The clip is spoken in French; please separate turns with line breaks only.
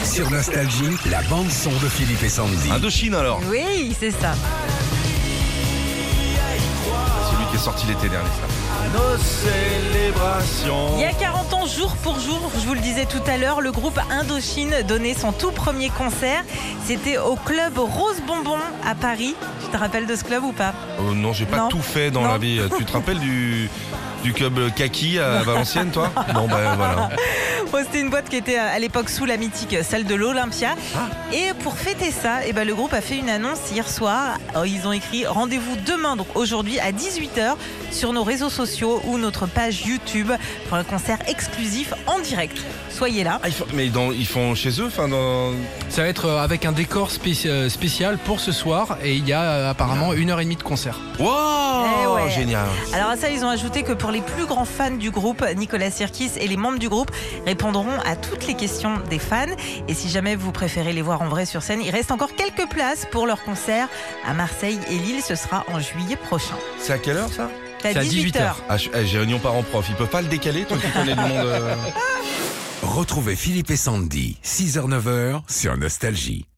Sur Nostalgie, la bande-son de Philippe et Sandy.
Indochine alors
Oui, c'est ça.
Celui qui est sorti l'été dernier, ça. Nos célébrations
Il y a 40 ans, jour pour jour, je vous le disais tout à l'heure, le groupe Indochine donnait son tout premier concert. C'était au club Rose Bonbon à Paris. Tu te rappelles de ce club ou pas
Oh non, j'ai pas
Non.
tout fait dans
Non.
la vie. Tu te rappelles du, du club Kaki à Valenciennes, toi Bon, ben voilà.
Bon, C'était une boîte qui était euh, à l'époque sous la mythique salle de l'Olympia. Et pour fêter ça, eh ben, le groupe a fait une annonce hier soir. Euh, Ils ont écrit rendez-vous demain, donc aujourd'hui à 18h, sur nos réseaux sociaux ou notre page YouTube pour un concert exclusif en direct. Soyez là.
Ah, ils font- mais dans- ils font chez eux enfin, dans...
Ça va être euh, avec un décor spéci- euh, spécial pour ce soir et il y a euh, apparemment une heure et demie de concert.
Eh
Wow
ouais.
Génial
Alors à ça, ils ont ajouté que pour les plus grands fans du groupe, Nicolas Sirkis et les membres du groupe répondront à toutes les questions des fans. Et si jamais vous préférez les voir en vrai sur scène, il reste encore quelques places pour leur concert à Marseille et Lille. Ce sera en juillet prochain.
C'est à quelle heure ça
C'est
C'est à 18
18h.
ah, je- eh, J'ai réunion parents-prof. Ils peuvent pas le décaler, toi qui connais le monde. euh
Retrouvez Philippe et Sandy, 6h-9h, sur Nostalgie.